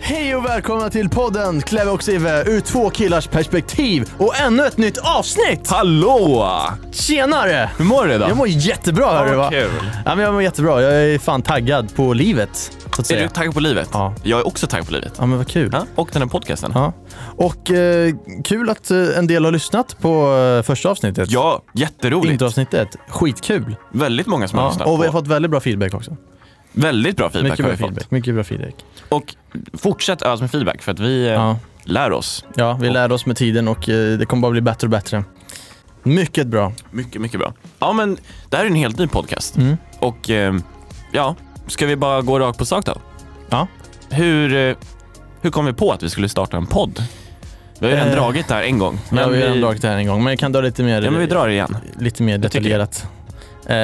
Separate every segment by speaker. Speaker 1: Hej och välkomna till podden Kleve och Sive ur två killars perspektiv och ännu ett nytt avsnitt!
Speaker 2: Hallå!
Speaker 1: Tjenare!
Speaker 2: Hur mår du idag?
Speaker 1: Jag mår jättebra hörru va?
Speaker 2: kul.
Speaker 1: Ja, men jag mår jättebra, jag är fan taggad på livet. Så att
Speaker 2: Är du
Speaker 1: säga.
Speaker 2: taggad på livet?
Speaker 1: Ja.
Speaker 2: Jag är också taggad på livet.
Speaker 1: Ja men vad kul.
Speaker 2: Ja. Och den här podcasten.
Speaker 1: Ja. Och eh, kul att eh, en del har lyssnat på eh, första avsnittet.
Speaker 2: Ja, jätteroligt.
Speaker 1: Introavsnittet. Skitkul.
Speaker 2: Väldigt många som har
Speaker 1: Ja.
Speaker 2: lyssnat.
Speaker 1: Och vi har
Speaker 2: på.
Speaker 1: fått väldigt bra feedback också.
Speaker 2: Väldigt bra feedback
Speaker 1: Mycket bra
Speaker 2: har vi fått.
Speaker 1: feedback. Mycket bra feedback.
Speaker 2: Och fortsätt ös med feedback för att vi eh,
Speaker 1: Ja.
Speaker 2: lär oss
Speaker 1: Ja, vi lärde oss med tiden och eh, det kommer bara bli bättre och bättre. Mycket bra.
Speaker 2: mycket, mycket bra. Ja, men det här är en helt ny podcast.
Speaker 1: Mm.
Speaker 2: Och eh, ja, ska vi bara gå rakt på sak då?
Speaker 1: Ja.
Speaker 2: Hur, eh, hur kom vi på att vi skulle starta en podd? Vi har ju redan
Speaker 1: Eh,
Speaker 2: dragit det här en gång.
Speaker 1: Men ja, vi har redan
Speaker 2: vi,
Speaker 1: dragit det här en gång, men jag kan dra lite mer,
Speaker 2: ja, men vi drar det igen.
Speaker 1: lite mer
Speaker 2: tycker
Speaker 1: detaljerat. Eh,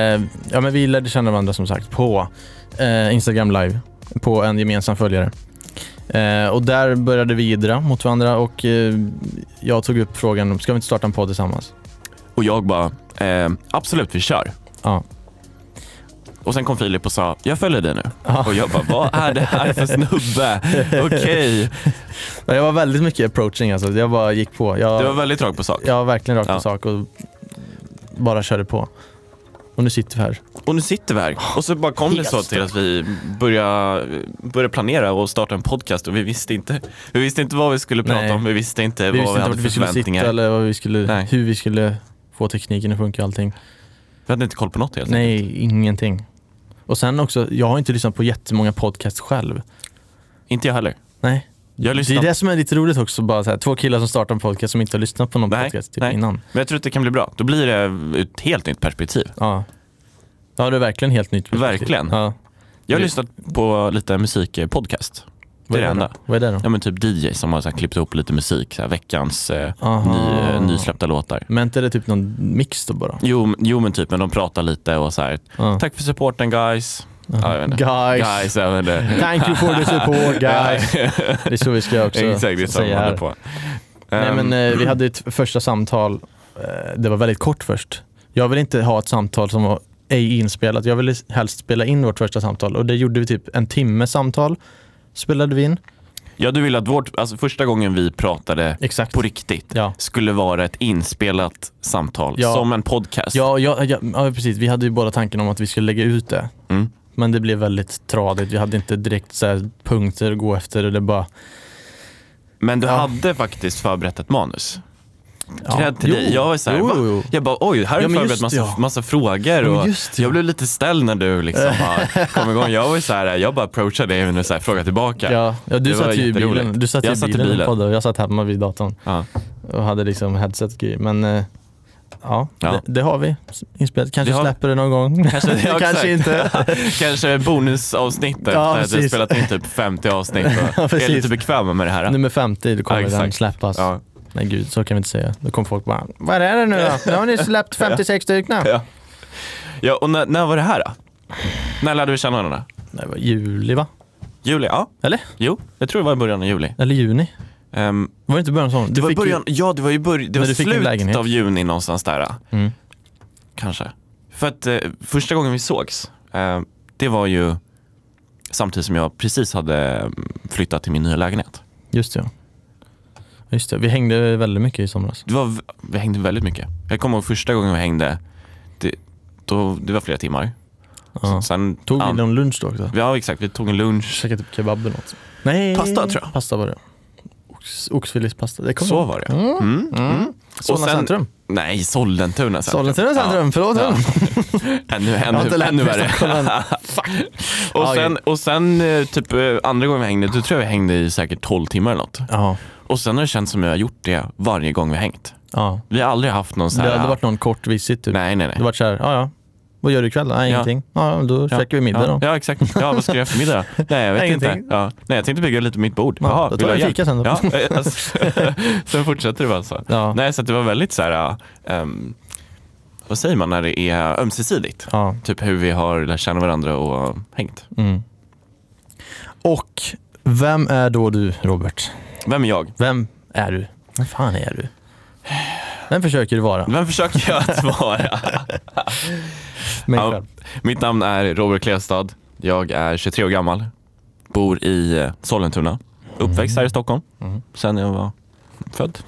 Speaker 1: ja, men vi lärde känna varandra som sagt på eh, Instagram live, på en gemensam följare. Eh, och där började vi jiddra mot varandra och eh, jag tog upp frågan om, ska vi inte starta en podd tillsammans?
Speaker 2: Och jag bara, eh, absolut vi kör.
Speaker 1: Ja.
Speaker 2: Och sen kom Filip och sa, jag följer dig nu.
Speaker 1: Ja.
Speaker 2: Och jag bara, vad är det här för snubbe? Okej.
Speaker 1: Men Jag var väldigt mycket approaching alltså, jag bara gick på. Jag,
Speaker 2: Du var väldigt rakt på sak.
Speaker 1: jag var verkligen rakt på
Speaker 2: Ja.
Speaker 1: sak och bara körde på. Och nu sitter vi här.
Speaker 2: Och nu sitter vi här. Och så bara kom det
Speaker 1: Helt
Speaker 2: så till att vi började, började planera och starta en podcast och vi visste inte, vi visste inte vad vi skulle prata
Speaker 1: Nej.
Speaker 2: om, vi visste inte
Speaker 1: Vi
Speaker 2: vad
Speaker 1: visste
Speaker 2: vi
Speaker 1: inte
Speaker 2: hade
Speaker 1: vart vi
Speaker 2: för
Speaker 1: skulle sitta
Speaker 2: förväntningar.
Speaker 1: eller vad vi skulle,
Speaker 2: Nej.
Speaker 1: hur vi skulle få tekniken att funka och allting.
Speaker 2: Vi hade inte koll på något helt enkelt.
Speaker 1: Nej, ingenting. Och sen också, jag har inte lyssnat på jättemånga podcasts själv.
Speaker 2: Inte jag heller.
Speaker 1: Nej.
Speaker 2: Jag har
Speaker 1: Det
Speaker 2: lyssnat.
Speaker 1: är det som är lite roligt också, bara så här, två killar som startar en podcast som inte har lyssnat på någon
Speaker 2: Nej,
Speaker 1: podcast typ
Speaker 2: nej.
Speaker 1: innan.
Speaker 2: Men jag tror att det kan bli bra. Då blir det ett helt nytt perspektiv.
Speaker 1: Ja. Ja, det är verkligen helt nytt. perspektiv.
Speaker 2: Verkligen.
Speaker 1: Ja.
Speaker 2: Jag har
Speaker 1: Det-
Speaker 2: lyssnat på lite musikpodcast. Det är det enda.
Speaker 1: då? Vad är det
Speaker 2: Ja
Speaker 1: då?
Speaker 2: men typ DJ som har så här klippt ihop lite musik, så här veckans eh,
Speaker 1: Aha.
Speaker 2: ny, eh, nysläppta låtar.
Speaker 1: Men inte det typ någon mix då bara?
Speaker 2: Jo, men- jo men typ, men de pratar lite och så här.
Speaker 1: Ja.
Speaker 2: tack för supporten guys. Ja, jag vet inte.
Speaker 1: Guys.
Speaker 2: Guys, jag vet inte.
Speaker 1: Thank you for the support guys. det är så vi ska också
Speaker 2: Exakt, det är så
Speaker 1: säga
Speaker 2: man håller
Speaker 1: här.
Speaker 2: på.
Speaker 1: Nej
Speaker 2: Ehm,
Speaker 1: men eh, vi hade ett första samtal, eh, det var väldigt kort först. Jag vill inte ha ett samtal som var ej inspelat. Jag ville helst spela in vårt första samtal och det gjorde vi typ en timme samtal spelade vi in.
Speaker 2: Ja, du vill att vårt, alltså första gången vi pratade
Speaker 1: Exakt.
Speaker 2: på riktigt
Speaker 1: Ja.
Speaker 2: skulle vara ett inspelat samtal,
Speaker 1: Ja.
Speaker 2: som en podcast.
Speaker 1: Ja, ja, ja, ja, precis. Vi hade ju båda tanken om att vi skulle lägga ut det.
Speaker 2: Mm.
Speaker 1: Men det blev väldigt tradigt. Vi hade inte direkt så här punkter att gå efter. Och det bara,
Speaker 2: Men du
Speaker 1: Ja.
Speaker 2: hade faktiskt förberett ett manus.
Speaker 1: ja.
Speaker 2: Cred till dig. Jag var så här,
Speaker 1: jo,
Speaker 2: va?
Speaker 1: jo, jo.
Speaker 2: Jag bara oj, här har
Speaker 1: Ja,
Speaker 2: du
Speaker 1: men
Speaker 2: förberett
Speaker 1: just
Speaker 2: massa,
Speaker 1: det, ja.
Speaker 2: massa frågor
Speaker 1: men
Speaker 2: och
Speaker 1: just det, ja.
Speaker 2: jag blev lite ställd när du liksom bara kom igång. Jag var ju så här, jag bara approachade dig och så här, frågade tillbaka.
Speaker 1: Ja, ja, du
Speaker 2: Det var
Speaker 1: satt ju i bilen.
Speaker 2: jätteroligt.
Speaker 1: Du satt ju
Speaker 2: Jag
Speaker 1: i
Speaker 2: satt i
Speaker 1: bilen, i
Speaker 2: bilen.
Speaker 1: bilen. och jag satt hemma vid datorn.
Speaker 2: Ja.
Speaker 1: och hade liksom headset och grejer. Men eh, ja,
Speaker 2: Ja.
Speaker 1: Det, det har vi inspelat. Kanske
Speaker 2: Det har vi.
Speaker 1: släpper det någon gång.
Speaker 2: Kanske, ja, exakt.
Speaker 1: Kanske inte.
Speaker 2: Kanske bonusavsnittet
Speaker 1: Ja,
Speaker 2: där du
Speaker 1: precis.
Speaker 2: spelat in typ 50 avsnitt
Speaker 1: Ja,
Speaker 2: och
Speaker 1: precis.
Speaker 2: är lite bekväma med det här.
Speaker 1: Nummer 50, då kommer
Speaker 2: Ja,
Speaker 1: den
Speaker 2: exakt.
Speaker 1: släppas.
Speaker 2: Ja.
Speaker 1: Nej gud, så kan vi inte säga. Då kommer folk bara, vad är det nu då? Nu har ni släppt 56 stycken.
Speaker 2: Ja. ja, och när, när var det här då? När lärde vi känna varandra?
Speaker 1: Det var juli va?
Speaker 2: Juli? Ja.
Speaker 1: Eller?
Speaker 2: Jo, jag tror det var i början av juli.
Speaker 1: Eller juni?
Speaker 2: Ehm,
Speaker 1: Var det inte början av sommaren?
Speaker 2: det
Speaker 1: Du
Speaker 2: var i
Speaker 1: fick ju-
Speaker 2: början, ja det var i början, det var
Speaker 1: du fick en
Speaker 2: slutet
Speaker 1: lägenhet.
Speaker 2: av juni någonstans där. ja.
Speaker 1: Mm.
Speaker 2: Kanske. För att eh, första gången vi sågs, eh, det var ju samtidigt som jag precis hade eh, flyttat till min nya lägenhet.
Speaker 1: Just det, ja. Just det, vi hängde väldigt mycket i somras.
Speaker 2: Det var, v- vi hängde väldigt mycket. Jag kommer ihåg första gången vi hängde, det, då, det var flera timmar.
Speaker 1: Ja.
Speaker 2: Sen,
Speaker 1: Tog vi
Speaker 2: an-
Speaker 1: någon lunch då också?
Speaker 2: Ja exakt, vi tog en lunch.
Speaker 1: Käkade typ kebab eller något. Nej.
Speaker 2: Pasta, tror jag.
Speaker 1: Pasta var det. Ox, oxfilépasta. Det kommer
Speaker 2: Så
Speaker 1: jag
Speaker 2: var det.
Speaker 1: ihåg. Mm.
Speaker 2: Mm. Mm.
Speaker 1: Solna
Speaker 2: sen-
Speaker 1: centrum.
Speaker 2: Nej, Sollentuna centrum.
Speaker 1: Sollentuna centrum, förlåt.
Speaker 2: Ja. Ännu,
Speaker 1: Jag har inte
Speaker 2: ännu,
Speaker 1: lärt
Speaker 2: ännu
Speaker 1: mig
Speaker 2: värre.
Speaker 1: Stockholm än.
Speaker 2: Och
Speaker 1: Ja,
Speaker 2: sen,
Speaker 1: okej.
Speaker 2: och sen eh, typ eh, andra gången vi hängde, då tror jag vi hängde i säkert 12 timmar eller något.
Speaker 1: Ja,
Speaker 2: Och sen har det känts som jag har gjort det varje gång vi har hängt.
Speaker 1: ja.
Speaker 2: Vi har aldrig haft någon så
Speaker 1: Det
Speaker 2: här...
Speaker 1: hade varit någon kort visit typ.
Speaker 2: Nej, nej, nej.
Speaker 1: Det varit såhär, ja ja, vad gör du ikväll då? Nej
Speaker 2: Ja.
Speaker 1: ingenting. Ja, ja, då käkar vi middag
Speaker 2: ja.
Speaker 1: då.
Speaker 2: Ja, exakt. Ja, vad ska jag göra för middag då? Nej, jag vet
Speaker 1: Ingenting.
Speaker 2: inte. Ja. Nej, jag tänkte bygga lite mitt bord.
Speaker 1: Ja, då tar
Speaker 2: vill
Speaker 1: jag
Speaker 2: du ha
Speaker 1: fika sen då.
Speaker 2: hjälp? Ja, eh, alltså, sen fortsätter det bara så.
Speaker 1: Ja.
Speaker 2: Nej, så att det var väldigt så här... eh, ehm, vad säger man när det är ömsesidigt?
Speaker 1: Ja.
Speaker 2: Typ hur vi har lärt känna varandra och hängt.
Speaker 1: Mm. Och vem är då du Robert?
Speaker 2: Vem är jag?
Speaker 1: Vem är du? Vem fan är du? Vem försöker du vara?
Speaker 2: Vem försöker jag att vara?
Speaker 1: Mig
Speaker 2: Ja.
Speaker 1: själv.
Speaker 2: Mitt namn är Robert Klevstad. Jag är 23 år gammal. Bor i eh, Sollentuna. Uppväxt här i Stockholm,
Speaker 1: Mm.
Speaker 2: sen jag var född.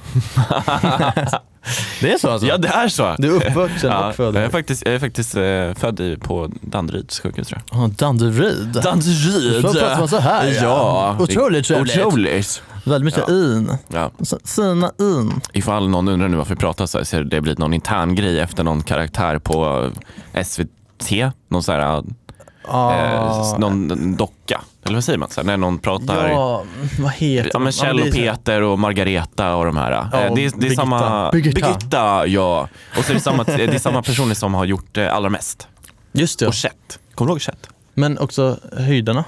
Speaker 1: Det är så alltså?
Speaker 2: Ja, det är så!
Speaker 1: Du är uppvuxen och född
Speaker 2: Jag är
Speaker 1: här?
Speaker 2: faktiskt, jag är faktiskt eh, född i, på Danderyds sjukhus tror jag.
Speaker 1: Ja, Danderyd?
Speaker 2: Danderyd!
Speaker 1: Så pratar man så här
Speaker 2: Ja.
Speaker 1: Otroligt trevligt.
Speaker 2: Otroligt.
Speaker 1: Väldigt mycket
Speaker 2: Ja.
Speaker 1: in.
Speaker 2: Ja.
Speaker 1: Så- Fina in.
Speaker 2: Ifall någon undrar nu varför vi pratar så här så har det blivit någon intern grej efter någon karaktär på eh, SVT. Någon, så här, eh,
Speaker 1: Ah.
Speaker 2: s- någon docka. Eller vad säger man? Så här, när någon pratar. Ah. Ja.
Speaker 1: Ja, vad heter
Speaker 2: Typ. men Kjell och Peter och Margareta och de här. eh,
Speaker 1: Ja, och
Speaker 2: det, är, det är
Speaker 1: Birgitta.
Speaker 2: samma...
Speaker 1: Birgitta.
Speaker 2: Birgitta, ja. Och så är det, samma, det är samma personer som har gjort eh, allra mest.
Speaker 1: Just det.
Speaker 2: Och Chet. Kommer du ihåg Chet?
Speaker 1: Men också höjderna.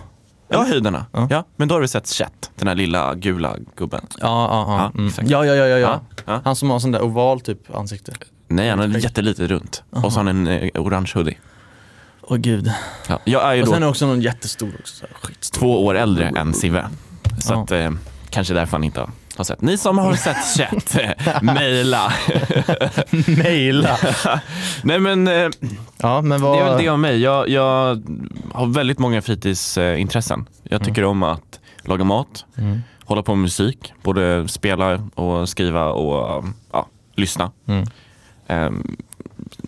Speaker 2: Ja, höjderna.
Speaker 1: Ja.
Speaker 2: Ja. men då har vi sett Chet, den här lilla gula gubben.
Speaker 1: Ja, ja, ja.
Speaker 2: Ja,
Speaker 1: Mm.
Speaker 2: exakt.
Speaker 1: ja, ja, ja, ja, ja.
Speaker 2: Ja, ja.
Speaker 1: Han som har sån där oval typ ansikte.
Speaker 2: Nej, han är jättelite runt. Och så har han en eh, orange hoodie.
Speaker 1: Åh gud.
Speaker 2: Ja. Jag är ju
Speaker 1: Och
Speaker 2: då
Speaker 1: sen är också någon jättestor också. Så här, skitstor.
Speaker 2: två år äldre än Sive. Så
Speaker 1: Ja.
Speaker 2: att, eh, kanske därför han inte har sett. Ni som har sett Chet, eh, mejla.
Speaker 1: Maila.
Speaker 2: Nej men, eh,
Speaker 1: Ja, men
Speaker 2: det
Speaker 1: vad...
Speaker 2: är väl det om mig. Jag, jag har väldigt många fritidsintressen. Jag tycker om att laga mat,
Speaker 1: Mm.
Speaker 2: hålla på med musik, både spela och skriva och ja, lyssna.
Speaker 1: Mm.
Speaker 2: Ehm,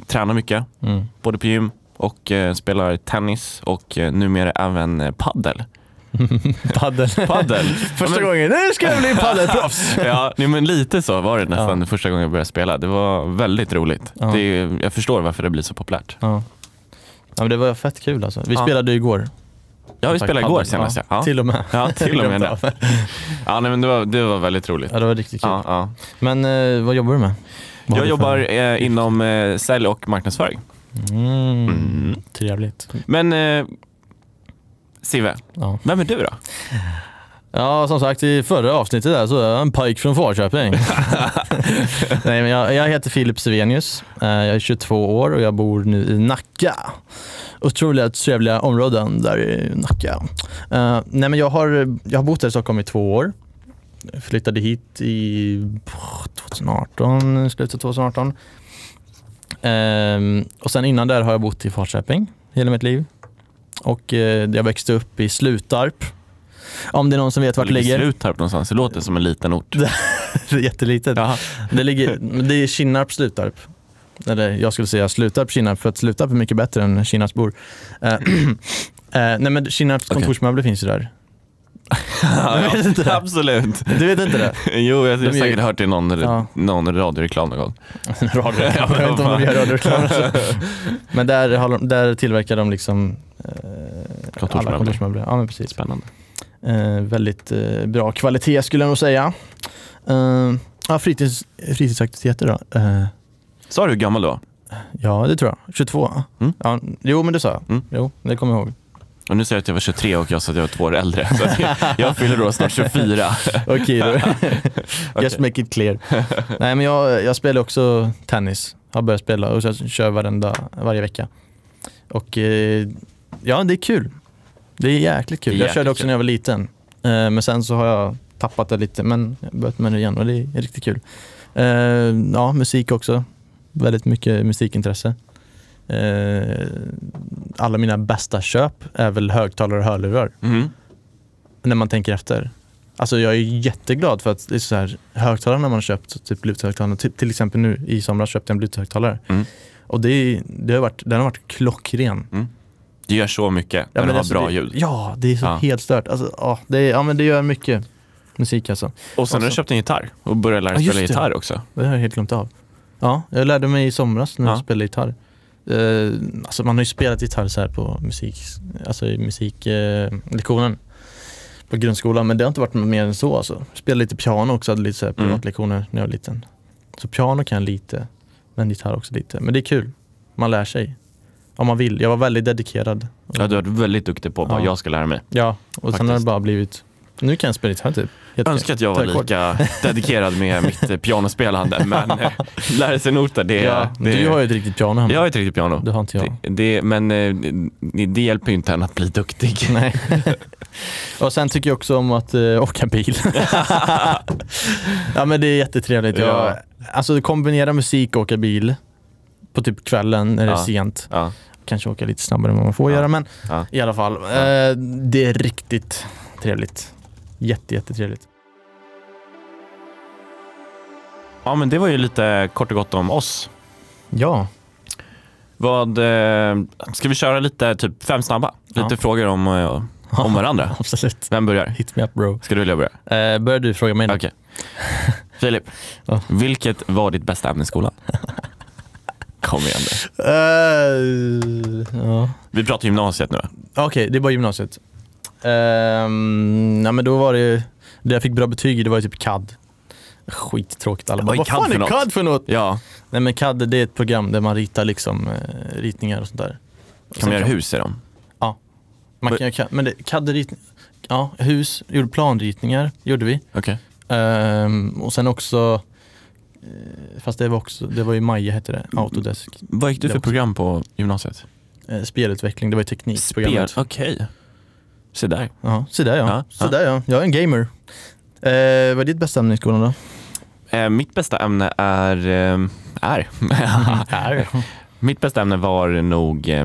Speaker 2: tränar mycket,
Speaker 1: Mm.
Speaker 2: både på gym och eh, spelar tennis och eh, numera även eh, paddel.
Speaker 1: Paddel.
Speaker 2: Paddel.
Speaker 1: Första gången, nu ska jag bli paddelproffs!
Speaker 2: Ja, nej, men lite så var det nästan första gången jag började spela. Det var väldigt roligt.
Speaker 1: Ja.
Speaker 2: Det är, jag förstår varför det blir så populärt.
Speaker 1: ja. ja, men det var fett kul alltså. Vi
Speaker 2: Ja.
Speaker 1: spelade ju igår.
Speaker 2: Ja, vi spelade igår
Speaker 1: Paddel.
Speaker 2: senast. Ja. Ja.
Speaker 1: Till och med.
Speaker 2: Ja, till och med
Speaker 1: Glömde av.
Speaker 2: det. Ja, nej, men det, var, det var väldigt roligt.
Speaker 1: Ja, det var riktigt kul.
Speaker 2: Ja, ja.
Speaker 1: Men eh, vad jobbar du med? Vad har du
Speaker 2: Jag
Speaker 1: för-
Speaker 2: jobbar eh, inom eh, sälj och marknadsföring.
Speaker 1: Mm.
Speaker 2: Mm.
Speaker 1: Trevligt.
Speaker 2: Men eh, Sive,
Speaker 1: Ja.
Speaker 2: vem är du då?
Speaker 1: ja, som sagt i förra avsnittet där så är jag en pojk från Falköping. Nej, men jag, jag heter Filip Sevenius. Eh, Jag är 22 år och jag bor nu i Nacka. Otroligt trevliga områden där i Nacka. Eh, Nej, men jag, har, jag har bott här i Stockholm i två år. Jag flyttade hit i pff, 2018, slutet av 2018. Ehm, och sen innan där har jag bott i Falköping hela mitt liv. Och eh, jag växte upp i Slutarp. Om det är någon som vet vart det ligger.
Speaker 2: Slutarp någonstans. Det låter som en liten ort.
Speaker 1: Jättelitet.
Speaker 2: Jaha.
Speaker 1: Det, ligger, det är Kinnarp, Slutarp. Eller jag skulle säga Slutarp, Kinnarp, för att Slutarp är mycket bättre än Kinnarps bor. Eh, eh, nej men Kinnarps
Speaker 2: Okej.
Speaker 1: kontorsmöbler finns ju där.
Speaker 2: Ja,
Speaker 1: vet inte.
Speaker 2: Absolut.
Speaker 1: Du vet inte det?
Speaker 2: Jo, jag har
Speaker 1: De är-
Speaker 2: säkert hört det i någon,
Speaker 1: Ja.
Speaker 2: någon radioreklam någon gång.
Speaker 1: Radioreklam, jag vet inte om de gör radioreklam. alltså. Men där, har de, där tillverkar de liksom eh, alla
Speaker 2: Kontorsmöbler.
Speaker 1: kontorsmöbler. Ja, men precis.
Speaker 2: Spännande.
Speaker 1: Eh, väldigt eh, bra kvalitet skulle jag nog säga. Eh, ja, fritids, fritidsaktiviteter då? Eh,
Speaker 2: Sa du hur gammal du var?
Speaker 1: ja, det tror jag. 22?
Speaker 2: Mm.
Speaker 1: Ja, jo, men det sa jag.
Speaker 2: Mm.
Speaker 1: Jo, det kommer jag ihåg.
Speaker 2: Och nu säger jag att jag var 23 och jag sa att jag var två år äldre. Så att jag, jag fyller då snart 24.
Speaker 1: Okej då. Just make it clear. Nej men jag, jag spelar också tennis. Har börjat spela och så kör varenda, varje vecka. Och eh, ja, det är kul. Det är jäkligt kul.
Speaker 2: Det är
Speaker 1: jag körde
Speaker 2: jäkligt
Speaker 1: också
Speaker 2: kul.
Speaker 1: när jag var liten. Eh, men sen så har jag tappat det lite men jag har börjat med det igen och det är riktigt kul. Eh, ja, musik också. Väldigt mycket musikintresse. Eh, alla mina bästa köp är väl högtalare och hörlurar
Speaker 2: Mhm.
Speaker 1: när man tänker efter. Alltså jag är jätteglad för att det är så här, högtalarna man har köpt, typ bluetooth-högtalarna, typ, till exempel nu i somras köpte jag en bluetooth-högtalare.
Speaker 2: Mm.
Speaker 1: Och det, är- det har varit, den har varit klockren.
Speaker 2: Det gör så mycket
Speaker 1: Ja,
Speaker 2: när
Speaker 1: men
Speaker 2: du har
Speaker 1: alltså,
Speaker 2: bra
Speaker 1: det,
Speaker 2: ljud.
Speaker 1: Ja, det är så
Speaker 2: Ja.
Speaker 1: helt stört. Alltså, ja, det, är- ja, men det gör mycket musik alltså.
Speaker 2: Och sen har du
Speaker 1: Också.
Speaker 2: köpt en gitarr och börjat lära
Speaker 1: Ja,
Speaker 2: dig
Speaker 1: just
Speaker 2: spela
Speaker 1: det.
Speaker 2: gitarr också.
Speaker 1: Det har jag helt glömt av. Ja, jag lärde mig i somras när jag
Speaker 2: Ja.
Speaker 1: spelade gitarr. Eh, alltså man har ju spelat gitarr så här på musik, alltså i musiklektionen eh, på grundskolan, men det har inte varit mer än så alltså. Spelade lite piano också, hade lite så här
Speaker 2: Mm.
Speaker 1: privatlektioner när jag var liten. Så piano kan jag lite, men gitarr också lite. Men det är kul, man lär sig. Om man vill. Jag var väldigt dedikerad.
Speaker 2: Ja, du har varit väldigt duktig på att bara,
Speaker 1: Ja.
Speaker 2: jag ska lära mig.
Speaker 1: Ja, och sen
Speaker 2: Faktiskt.
Speaker 1: har det bara blivit, nu kan jag spela gitarr typ.
Speaker 2: Jag
Speaker 1: Jättekul.
Speaker 2: önskar att jag var
Speaker 1: Tack, Kurt.
Speaker 2: lika dedikerad med mitt eh, pianospelande, men eh, lära sig noter, det,
Speaker 1: Ja,
Speaker 2: det
Speaker 1: du har ju ett riktigt piano hemma.
Speaker 2: Jag har ett riktigt piano.
Speaker 1: Det har inte jag.
Speaker 2: Det, det, men eh, det, det hjälper ju inte en att bli duktig.
Speaker 1: Nej. och sen tycker jag också om att eh, åka bil. ja men det är jättetrevligt. Jag,
Speaker 2: Ja.
Speaker 1: Alltså kombinera musik och åka bil på typ kvällen när det är
Speaker 2: Ja.
Speaker 1: sent.
Speaker 2: Ja.
Speaker 1: Kanske åka lite snabbare än vad man får
Speaker 2: Ja.
Speaker 1: göra men
Speaker 2: Ja.
Speaker 1: i alla fall. Eh, det är riktigt trevligt. Jätte, jättetrevligt.
Speaker 2: Ja, men det var ju lite kort och gott om oss.
Speaker 1: Ja,
Speaker 2: Vad, eh, ska vi köra lite typ fem snabba? Lite
Speaker 1: Ja.
Speaker 2: frågor om, eh, om varandra.
Speaker 1: absolut.
Speaker 2: Vem börjar?
Speaker 1: Hit me up bro.
Speaker 2: Ska du eller jag börja?
Speaker 1: Eh, börjar du fråga mig nu?
Speaker 2: Okej. Filip,
Speaker 1: Ja.
Speaker 2: vilket var ditt bästa ämne i skolan? Kom igen nu.
Speaker 1: Eh, ja.
Speaker 2: Vi pratar gymnasiet nu.
Speaker 1: Okej, det var gymnasiet. Ehm, nej men då var det, det jag fick bra betyg i det var ju typ CAD. Skittråkigt. Alla
Speaker 2: Vad
Speaker 1: bara,
Speaker 2: är
Speaker 1: vad
Speaker 2: CAD
Speaker 1: fan
Speaker 2: för
Speaker 1: är
Speaker 2: något?"
Speaker 1: CAD för något?
Speaker 2: Ja,
Speaker 1: Nej men CAD det är ett program där man ritar liksom eh, ritningar och sånt där.
Speaker 2: kan man göra hus i dem?
Speaker 1: Man kan göra, men det, CAD ritningar, ja hus, gjorde planritningar, gjorde vi.
Speaker 2: Okej.
Speaker 1: Ehm, och sen också, eh, fast det var också, det var ju Maja hette det,
Speaker 2: Mm.
Speaker 1: Autodesk.
Speaker 2: Vad gick du
Speaker 1: Det
Speaker 2: för
Speaker 1: också.
Speaker 2: program på gymnasiet?
Speaker 1: Eh, spelutveckling, det var ju teknikprogrammet.
Speaker 2: Spel, okej. Se där.
Speaker 1: Ja, så där ja.
Speaker 2: Ja,
Speaker 1: så
Speaker 2: ja.
Speaker 1: där ja. Jag är en gamer. Eh, vad är ditt bästa ämne i skolan då?
Speaker 2: Eh, mitt bästa ämne är... Eh, är. mitt bästa ämne var nog... Eh,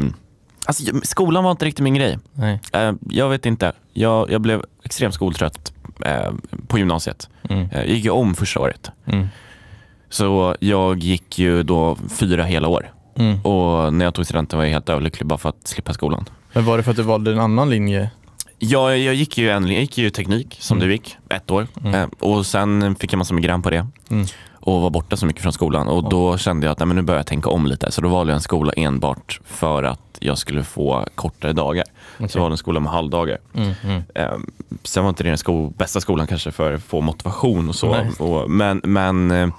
Speaker 2: alltså, skolan var inte riktigt min grej.
Speaker 1: Nej.
Speaker 2: Eh, jag vet inte. Jag, jag blev extremt skoltrött eh, på gymnasiet.
Speaker 1: Mm.
Speaker 2: Eh, Jag gick ju om första året.
Speaker 1: Mm.
Speaker 2: Så jag gick ju då fyra hela år.
Speaker 1: Mm.
Speaker 2: Och när jag tog studenten var jag helt överlycklig bara för att slippa skolan.
Speaker 1: Men var det för att du valde en annan linje?
Speaker 2: Jag, jag, gick, ju en, jag gick ju teknik som
Speaker 1: Mm.
Speaker 2: du gick, ett år. Eh, och sen fick jag massa migrän på det.
Speaker 1: Mm.
Speaker 2: Och var borta så mycket från skolan. Och då kände jag att nej, men nu börjar jag tänka om lite. Så då valde jag en skola enbart för att jag skulle få kortare dagar. Så jag valde en skola med halvdagar.
Speaker 1: Mm. Mm.
Speaker 2: Eh, sen var inte det den sko- bästa skolan kanske för att få motivation och så.
Speaker 1: Nej.
Speaker 2: Och, men men eh,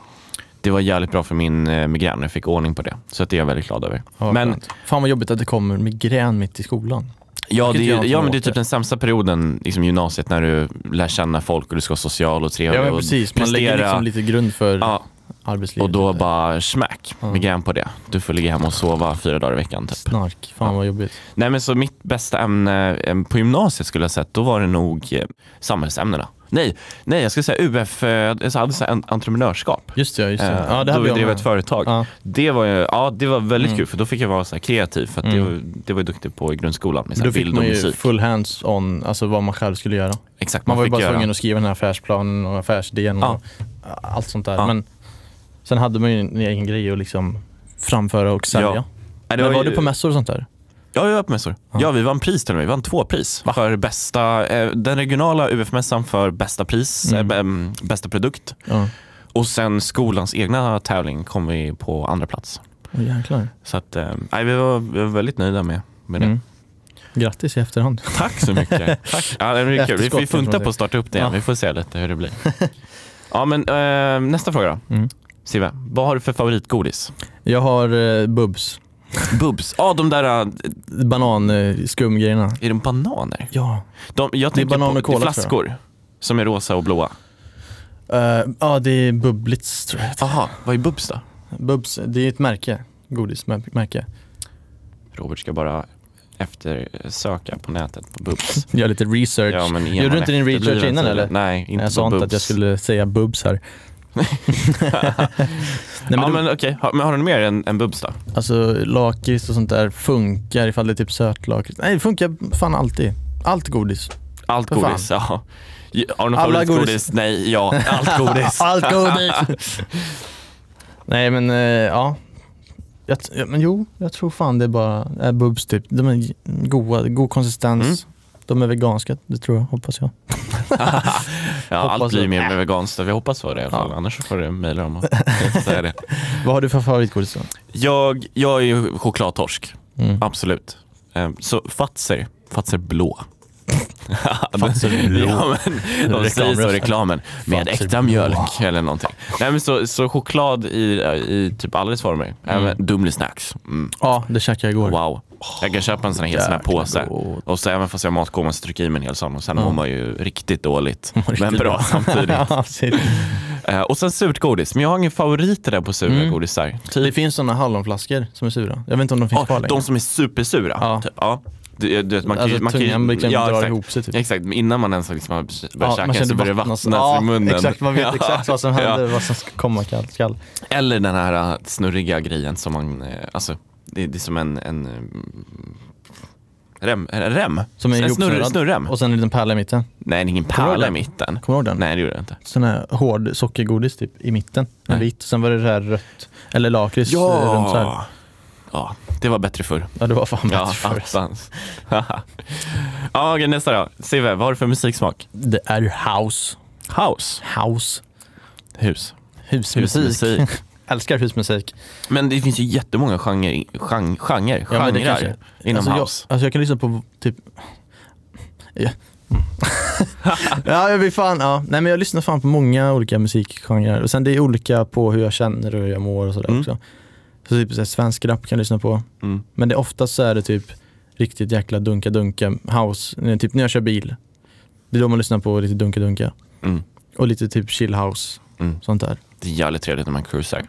Speaker 2: det var jävligt bra för min eh, migrän och jag fick ordning på det. Så att det är jag väldigt glad över.
Speaker 1: Ja,
Speaker 2: men
Speaker 1: skönt. Fan vad jobbigt att det kommer migrän mitt i skolan.
Speaker 2: ja, det,
Speaker 1: Vilket gör
Speaker 2: är,
Speaker 1: något
Speaker 2: ja, men det är
Speaker 1: åt
Speaker 2: typ
Speaker 1: det.
Speaker 2: den sämsta perioden i liksom gymnasiet när du lär känna folk och du ska vara social och trevlig.
Speaker 1: Ja, men
Speaker 2: och
Speaker 1: precis, man lägger
Speaker 2: prestera.
Speaker 1: liksom lite grund för
Speaker 2: Ja,
Speaker 1: arbetslivet.
Speaker 2: och då bara smack,
Speaker 1: Ja.
Speaker 2: migrän på det. Du får ligga hemma och sova fyra dagar i veckan. Typ.
Speaker 1: Snark, fan vad jobbigt.
Speaker 2: Nej men så mitt bästa ämne eh, på gymnasiet skulle jag säga, då var det nog eh, samhällsämnena. Nej, nej jag skulle säga UF, eh, jag hade så här en- entreprenörskap.
Speaker 1: Just det, ja, just det.
Speaker 2: Eh,
Speaker 1: ja, det
Speaker 2: då
Speaker 1: hade
Speaker 2: vi
Speaker 1: jag
Speaker 2: drev
Speaker 1: med.
Speaker 2: ett företag.
Speaker 1: Ja.
Speaker 2: Det var, ju, ja, det var väldigt
Speaker 1: Mm.
Speaker 2: kul för då fick jag vara så här kreativ för att det, var, det var jag duktig på i grundskolan med så här
Speaker 1: Då fick
Speaker 2: bild och
Speaker 1: man ju
Speaker 2: musik.
Speaker 1: full hands-on, alltså vad man själv skulle göra.
Speaker 2: Exakt,
Speaker 1: Man var ju
Speaker 2: fick
Speaker 1: bara
Speaker 2: göra-
Speaker 1: tvungen att skriva den här affärsplanen och affärsidén och
Speaker 2: Ja.
Speaker 1: allt sånt där.
Speaker 2: Ja.
Speaker 1: Men sen hade man ju en egen grej att liksom framföra och sälja.
Speaker 2: Ja. Nej, det
Speaker 1: Men var
Speaker 2: ju-
Speaker 1: du på mässor och sånt där?
Speaker 2: Ja, jag var på mässor.
Speaker 1: Ja.
Speaker 2: Ja, vi vann pris till och med. Vi vann två pris. För bästa, eh, den regionala UF-mässan för bästa pris,
Speaker 1: Mm.
Speaker 2: eh, b- ehm, bästa produkt.
Speaker 1: Ja.
Speaker 2: Och sen skolans egna tävling kom vi på andra plats.
Speaker 1: Åh, jäklar.
Speaker 2: Så att, eh, nej, vi, var, vi var väldigt nöjda med, med det.
Speaker 1: Mm. Grattis i efterhand.
Speaker 2: Tack så mycket. Tack. Ja, det blir kul. Vi,
Speaker 1: Efterskott,
Speaker 2: vi funtar
Speaker 1: kanske man
Speaker 2: på att starta upp det igen.
Speaker 1: Ja.
Speaker 2: Vi får se lite hur det blir. Ja, men, eh, nästa fråga då.
Speaker 1: Mm.
Speaker 2: Sive, vad har du för favoritgodis?
Speaker 1: Jag har eh, Bubs.
Speaker 2: Bubs. Ja, de där, eh,
Speaker 1: eh, Bananskumgrejerna.
Speaker 2: är de bananer?
Speaker 1: Ja.
Speaker 2: De, jag
Speaker 1: Det är
Speaker 2: tänker
Speaker 1: banan
Speaker 2: på
Speaker 1: och cola,
Speaker 2: det är flaskor som är rosa och blåa.
Speaker 1: Eh, ja, det är Bubblitz tror jag det heter.
Speaker 2: Aha, vad är Bubs då?
Speaker 1: Bubs, det är ett märke. Godismärke.
Speaker 2: Robert ska bara eftersöka på nätet på Bubs.
Speaker 1: Gör lite research.
Speaker 2: Ja, men är
Speaker 1: Gjorde
Speaker 2: man
Speaker 1: du inte din research
Speaker 2: efterbliven,
Speaker 1: innan,
Speaker 2: så-
Speaker 1: eller?
Speaker 2: Nej, inte
Speaker 1: jag sa
Speaker 2: på
Speaker 1: inte
Speaker 2: Bubs.
Speaker 1: att jag skulle säga Bubs här. Nej, men
Speaker 2: ja,
Speaker 1: det-
Speaker 2: men okej. Har, men har du något mer än, än Bubs då?
Speaker 1: Alltså lakrits och sånt där funkar ifall det är typ sötlakrits. Nej det funkar fan alltid. Allt godis.
Speaker 2: Allt
Speaker 1: För fan.
Speaker 2: godis, ja. Har du något
Speaker 1: Alla
Speaker 2: favoritgodis?
Speaker 1: godis.
Speaker 2: Nej, ja. Allt godis.
Speaker 1: Allt godis! Nej men eh, ja. Jag, t- ja, men jo, jag tror fan det är bara är bubs typ. De är goda, god konsistens. De är veganska, det tror jag, hoppas jag.
Speaker 2: ja, allt
Speaker 1: Hoppas
Speaker 2: blir
Speaker 1: jag.
Speaker 2: mer veganskt. Vi hoppas på det i alla fall. Annars så får du mejla dem och säga det.
Speaker 1: Vad har du för favoritgodis då?
Speaker 2: Jag, jag är ju chokladtorsk.
Speaker 1: Mm.
Speaker 2: Absolut. Ehm, Så Fazer, Fazer blå.
Speaker 1: Fazer blå.
Speaker 2: Ja, men, de säger så i
Speaker 1: Reklamrösten.
Speaker 2: reklamen. Med
Speaker 1: Fazer
Speaker 2: äkta
Speaker 1: blå.
Speaker 2: mjölk eller någonting. Nej, men så, så choklad i, i typ alla dess
Speaker 1: Mm.
Speaker 2: former. Även Dumle snacks. Mm.
Speaker 1: Ja, det käkade jag igår.
Speaker 2: Wow. Jag kan köpa en sån här hel sån här
Speaker 1: jäkla
Speaker 2: påse.
Speaker 1: gott. Mm.
Speaker 2: Och så även fast jag har matkoma så trycker jag i mig en hel sån och sen mår man ju riktigt dåligt. men
Speaker 1: riktigt
Speaker 2: bra samtidigt.
Speaker 1: Ja, precis.
Speaker 2: Eh, och sen surt godis. Men jag har ingen favorit där på sura
Speaker 1: Mm.
Speaker 2: godisar.
Speaker 1: det
Speaker 2: Typ,
Speaker 1: finns sådana hallonflaskor som är sura. Jag vet inte om de finns kvar
Speaker 2: ja,
Speaker 1: längre.
Speaker 2: de som är supersura.
Speaker 1: Ja.
Speaker 2: Typ, ja. Du, du vet, man kan, ju-
Speaker 1: Alltså
Speaker 2: man kan, ju-
Speaker 1: tungan liksom
Speaker 2: ja,
Speaker 1: drar
Speaker 2: exakt.
Speaker 1: ihop sig typ.
Speaker 2: Exakt, men innan man ens liksom har börjat
Speaker 1: man
Speaker 2: käka så
Speaker 1: kände
Speaker 2: börjar det
Speaker 1: vattnas-
Speaker 2: vattnas i munnen.
Speaker 1: Exakt, man vet
Speaker 2: Ja.
Speaker 1: exakt vad som händer,
Speaker 2: Ja.
Speaker 1: vad som ska komma kall. kall.
Speaker 2: Eller den här eh, äh, snurriga grejen som man, eh, alltså, det, det är som en, en, eh, äh, Rem, en rem.
Speaker 1: Som är
Speaker 2: en snurr,
Speaker 1: ihopsnurrad.
Speaker 2: snurrem.
Speaker 1: Och sen en liten pärla i mitten.
Speaker 2: Nej, det är ingen
Speaker 1: du ihåg
Speaker 2: pärla i
Speaker 1: den?
Speaker 2: mitten.
Speaker 1: Kommer du ihåg den?
Speaker 2: Nej, det gjorde jag inte.
Speaker 1: Sån här hård sockergodis typ i mitten. En
Speaker 2: Nej.
Speaker 1: vit. Sen var det det här rött. Eller lakrits eh, runt så här.
Speaker 2: Ja! Ja, det var bättre förr.
Speaker 1: Ja, det var fan bättre
Speaker 2: Ja,
Speaker 1: förr.
Speaker 2: attans. ja, okej, nästa då. Sive, vad har du för musiksmak?
Speaker 1: Det är ju house.
Speaker 2: House.
Speaker 1: House.
Speaker 2: Hus.
Speaker 1: Husmusik.
Speaker 2: Husmusik.
Speaker 1: Älskar husmusik.
Speaker 2: Men det finns ju jättemånga genrer, gen, genre,
Speaker 1: Ja, men det
Speaker 2: genrer
Speaker 1: kanske-
Speaker 2: inom
Speaker 1: alltså,
Speaker 2: house.
Speaker 1: Jag, alltså jag kan lyssna på typ... Ja, Mm. ja jag vill fan, ja. Nej, men jag lyssnar fan på många olika musikgenrer. Och sen det är olika på hur jag känner och hur jag mår och sådär
Speaker 2: Mm.
Speaker 1: också. Så typ så här, svensk rap kan jag lyssna på.
Speaker 2: Mm.
Speaker 1: Men det oftast så är det typ riktigt jäkla dunka-dunka house. Nej, Typ när jag kör bil. Det är då man lyssnar på lite dunka-dunka.
Speaker 2: Mm.
Speaker 1: Och lite typ chill house.
Speaker 2: Mm.
Speaker 1: Sånt där.
Speaker 2: Det är jävligt trevligt när man cruisar.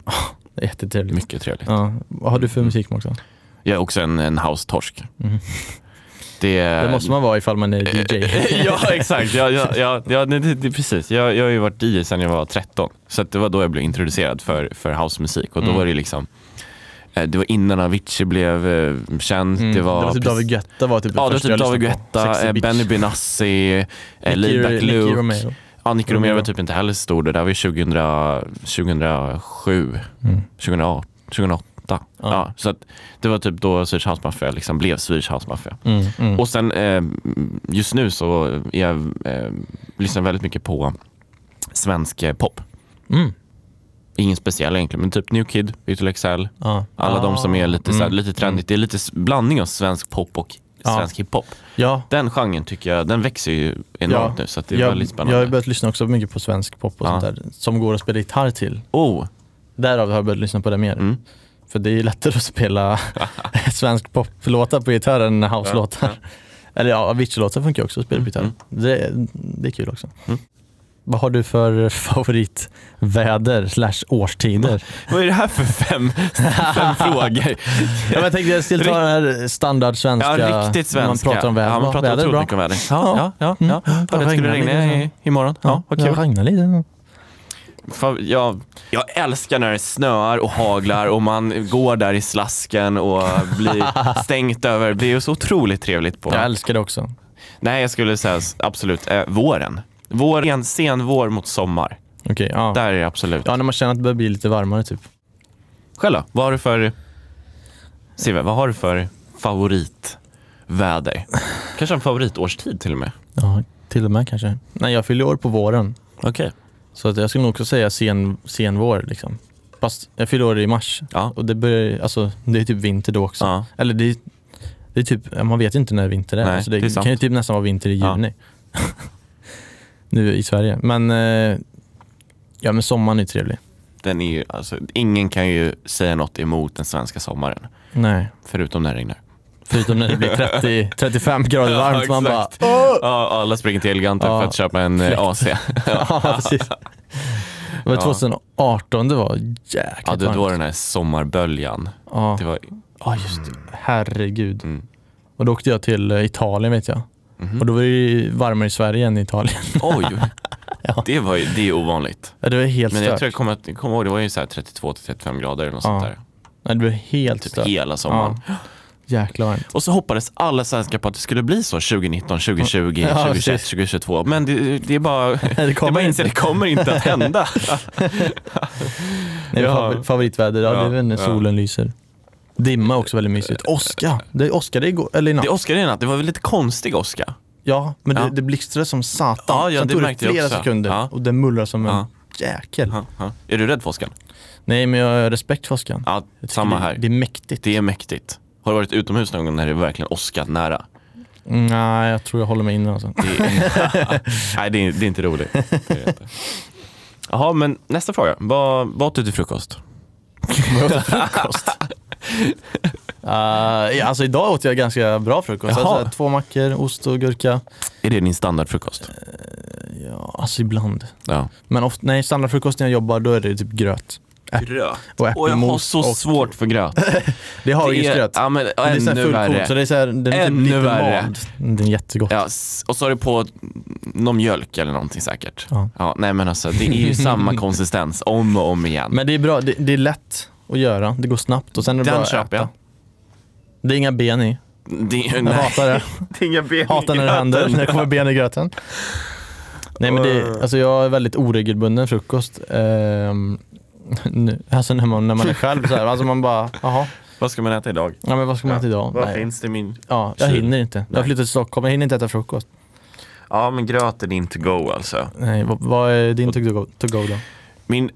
Speaker 1: Det är jättetrevligt.
Speaker 2: Mycket Mm. trevligt.
Speaker 1: Ja. Vad har du för musiksmak då?
Speaker 2: Jag är också en, en house-torsk.
Speaker 1: Mm.
Speaker 2: Det,
Speaker 1: Det måste man vara ifall man är DJ.
Speaker 2: Äh, ja, exakt. Ja, ja, ja, ja, nej, det, det, precis. Jag, jag har ju varit DJ sedan jag var 13. Så att det var då jag blev introducerad för, för housemusik. Och då
Speaker 1: Mm.
Speaker 2: var det liksom, eh, det var innan Avicii blev eh, känd.
Speaker 1: Mm.
Speaker 2: Det var,
Speaker 1: typ David Guetta var typ
Speaker 2: Ja, det var
Speaker 1: första
Speaker 2: typ
Speaker 1: jag
Speaker 2: David
Speaker 1: lyssnade på.
Speaker 2: Guetta,
Speaker 1: Sexy
Speaker 2: eh,
Speaker 1: Bitch.
Speaker 2: Benny Benassi, eh,
Speaker 1: Nicky-
Speaker 2: Laidback
Speaker 1: Nicky
Speaker 2: Luke.
Speaker 1: Romero.
Speaker 2: Ja, Nicky Romero var
Speaker 1: Romero.
Speaker 2: typ inte heller stor. Det där var ju 2000, 2007,
Speaker 1: Mm.
Speaker 2: 2008. 2008. Ja.
Speaker 1: Ja.
Speaker 2: så att det var typ då Swedish House Mafia liksom blev Swedish House Mafia.
Speaker 1: Mm, mm.
Speaker 2: Och sen eh, just nu så är jag, eh, lyssnar väldigt mycket på svensk eh, pop.
Speaker 1: mm.
Speaker 2: Ingen speciell egentligen, men typ New Kid, Ytterligare XL.
Speaker 1: Ja.
Speaker 2: Alla de som är lite, så här,
Speaker 1: Mm.
Speaker 2: lite trendigt. Det är lite s- blandning av svensk pop och
Speaker 1: Ja.
Speaker 2: svensk hiphop.
Speaker 1: Ja.
Speaker 2: Den genren tycker jag, den växer ju enormt nu så att det är
Speaker 1: jag,
Speaker 2: väldigt
Speaker 1: Jag
Speaker 2: spännande.
Speaker 1: har börjat lyssna också mycket på svensk pop och
Speaker 2: Ja.
Speaker 1: sånt där, som går att spela gitarr till.
Speaker 2: Oh,
Speaker 1: Därav har jag börjat lyssna på det mer.
Speaker 2: Mm.
Speaker 1: För det är ju lättare att spela svensk poplåtar på gitarr än house-låtar. Eller ja, Avicii-låtar funkar ju också att spela på gitarr.
Speaker 2: Mm.
Speaker 1: Det, det är kul också.
Speaker 2: Mm.
Speaker 1: Vad har du för favoritväder slash årstider?
Speaker 2: vad är det här för fem, fem frågor?
Speaker 1: Ja, men jag tänkte jag skulle ta den här standard svenska.
Speaker 2: Ja, riktigt svenska.
Speaker 1: Man pratar om väder.
Speaker 2: Ja, man pratar
Speaker 1: väder är
Speaker 2: otroligt
Speaker 1: bra.
Speaker 2: mycket om väder. Ja, ja, ja. ja.
Speaker 1: Mm.
Speaker 2: Hörde att det skulle
Speaker 1: Regnar
Speaker 2: regna
Speaker 1: lite
Speaker 2: i, imorgon. Ja, vad kul.
Speaker 1: det regnar lite.
Speaker 2: Fan, Jag, jag älskar när det snöar och haglar och man går där i slasken och blir stängt över. Det är ju så otroligt trevligt på.
Speaker 1: Jag älskar det också.
Speaker 2: Nej, jag skulle säga s- absolut eh, våren. Våren, sen vår mot sommar.
Speaker 1: Okej, ja.
Speaker 2: Där är det absolut.
Speaker 1: ja. när man känner att det börjar bli lite varmare typ.
Speaker 2: Själv då? Vad har du för, Sive, vad har du för favoritväder? Kanske en favoritårstid till och med.
Speaker 1: Ja, till och med kanske. Nej, jag fyller år på våren.
Speaker 2: Okej.
Speaker 1: Så att jag skulle nog också säga sen, sen vår liksom. Fast jag fyller år i mars.
Speaker 2: Ja.
Speaker 1: Och det börjar, alltså det är typ vinter då också.
Speaker 2: Ja.
Speaker 1: Eller det, är- det är typ, ja, man vet ju inte när vinter är.
Speaker 2: Nej,
Speaker 1: alltså
Speaker 2: det är
Speaker 1: det,
Speaker 2: sant.
Speaker 1: kan ju typ nästan vara vinter i
Speaker 2: Ja.
Speaker 1: juni. nu i Sverige. Men, eh, ja men sommaren är trevlig.
Speaker 2: Den är ju, alltså, ingen kan ju säga något emot den svenska sommaren.
Speaker 1: Nej,
Speaker 2: Förutom när det regnar.
Speaker 1: förutom när det blir 30, 35 grader
Speaker 2: Ja,
Speaker 1: varmt. man bara,
Speaker 2: exakt. Ja, alla springer till Elgiganten
Speaker 1: Ja.
Speaker 2: för att köpa en eh, AC.
Speaker 1: ja precis. Det var 2018 det var jäkligt
Speaker 2: Ja, det
Speaker 1: varmt.
Speaker 2: var den här sommarböljan.
Speaker 1: Ja.
Speaker 2: Det var,
Speaker 1: Ja just det, herregud.
Speaker 2: Mm. Mhm.
Speaker 1: Och då åkte jag till eh, Italien vet jag. Och då var det ju varmare i Sverige än i Italien.
Speaker 2: oj, det, var ju, det är ovanligt.
Speaker 1: Ja, det var helt
Speaker 2: Men jag
Speaker 1: stört.
Speaker 2: tror jag kommer, att, jag kommer ihåg, det var ju så här 32-35 grader eller något
Speaker 1: Ja,
Speaker 2: sånt där.
Speaker 1: Nej, det var helt
Speaker 2: Typ
Speaker 1: stört.
Speaker 2: hela sommaren.
Speaker 1: Jäkla varmt.
Speaker 2: Och så hoppades alla svenskar på att det skulle bli så 2019, 2020,
Speaker 1: Ja,
Speaker 2: 2021,
Speaker 1: precis.
Speaker 2: 2022. Men det, det är bara, det
Speaker 1: kommer
Speaker 2: bara
Speaker 1: inte.
Speaker 2: inser det kommer inte att hända.
Speaker 1: Nej,
Speaker 2: Ja.
Speaker 1: favor- Favoritväder, ja, det är väl när
Speaker 2: Ja. Eh,
Speaker 1: solen lyser. Dimma också väldigt mysigt. Oska, det åskade igår, eller i natt.
Speaker 2: Det åskade i natt, det var väl lite konstig åska.
Speaker 1: Ja, men
Speaker 2: Ja.
Speaker 1: det, det blixtrade som satan.
Speaker 2: Ja, ja,
Speaker 1: Sen
Speaker 2: det
Speaker 1: tog
Speaker 2: märkte jag
Speaker 1: flera
Speaker 2: också.
Speaker 1: sekunder
Speaker 2: Ja.
Speaker 1: och det mullrade som en
Speaker 2: Ja.
Speaker 1: jäkel.
Speaker 2: Ja, ja. Är du rädd för åskan?
Speaker 1: Nej, men jag har respekt för åskan.
Speaker 2: Ja,
Speaker 1: Jag tycker
Speaker 2: samma
Speaker 1: det,
Speaker 2: här.
Speaker 1: Det är mäktigt.
Speaker 2: Det är mäktigt. Har du varit utomhus någon gång när det verkligen åskat nära?
Speaker 1: Mm, Nej, jag tror jag håller mig inne alltså.
Speaker 2: Det Nej, det är, det är inte roligt. Det är det inte. Jaha, men nästa fråga. Vad, vad åt du till frukost?
Speaker 1: Vad åt jag för frukost? Eh, ja, alltså idag åt jag ganska bra frukost.
Speaker 2: Jaha.
Speaker 1: Alltså, två mackor, ost och gurka.
Speaker 2: Är det din standardfrukost?
Speaker 1: Ja, alltså ibland.
Speaker 2: Ja.
Speaker 1: Men ofta, nej, standardfrukost när jag jobbar då är det typ gröt.
Speaker 2: Gröt?
Speaker 1: Och
Speaker 2: Och jag har
Speaker 1: äppelmos.
Speaker 2: så
Speaker 1: och-
Speaker 2: svårt för gröt.
Speaker 1: Det har ju gröt.
Speaker 2: ja, men,
Speaker 1: Det är så här
Speaker 2: ännu
Speaker 1: fullkorn, så
Speaker 2: värre.
Speaker 1: det är så här, den är
Speaker 2: Ännu
Speaker 1: typ lite
Speaker 2: värre.
Speaker 1: mald. Mm, Den är jättegott.
Speaker 2: Ja, s- och så har du på någon mjölk eller någonting säkert. Ja.
Speaker 1: Ja.
Speaker 2: nej men alltså det är ju samma konsistens om och om igen.
Speaker 1: Men det är bra, det, det är lätt att göra, det går snabbt och sen är det bara
Speaker 2: Den
Speaker 1: att
Speaker 2: köper jag.
Speaker 1: äta. Det är inga ben i.
Speaker 2: Det,
Speaker 1: Jag
Speaker 2: nej,
Speaker 1: hatar det.
Speaker 2: det är inga ben i
Speaker 1: Hatar när det händer,
Speaker 2: gröten.
Speaker 1: när det kommer ben i gröten. Nej men det, alltså jag är väldigt oregelbunden frukost. Ehm, nu, alltså när man, när man är själv så här, alltså man bara, jaha,
Speaker 2: Vad ska man äta idag?
Speaker 1: ja, men vad ska man äta idag?
Speaker 2: Vad
Speaker 1: Nej.
Speaker 2: finns det i min...
Speaker 1: Ja, jag
Speaker 2: Kyl.
Speaker 1: hinner inte. Jag har
Speaker 2: Nej.
Speaker 1: flyttat till Stockholm, jag hinner inte äta frukost.
Speaker 2: Ja, men gröten är inte go alltså.
Speaker 1: Nej, vad, vad är din to go, to go då?
Speaker 2: Min...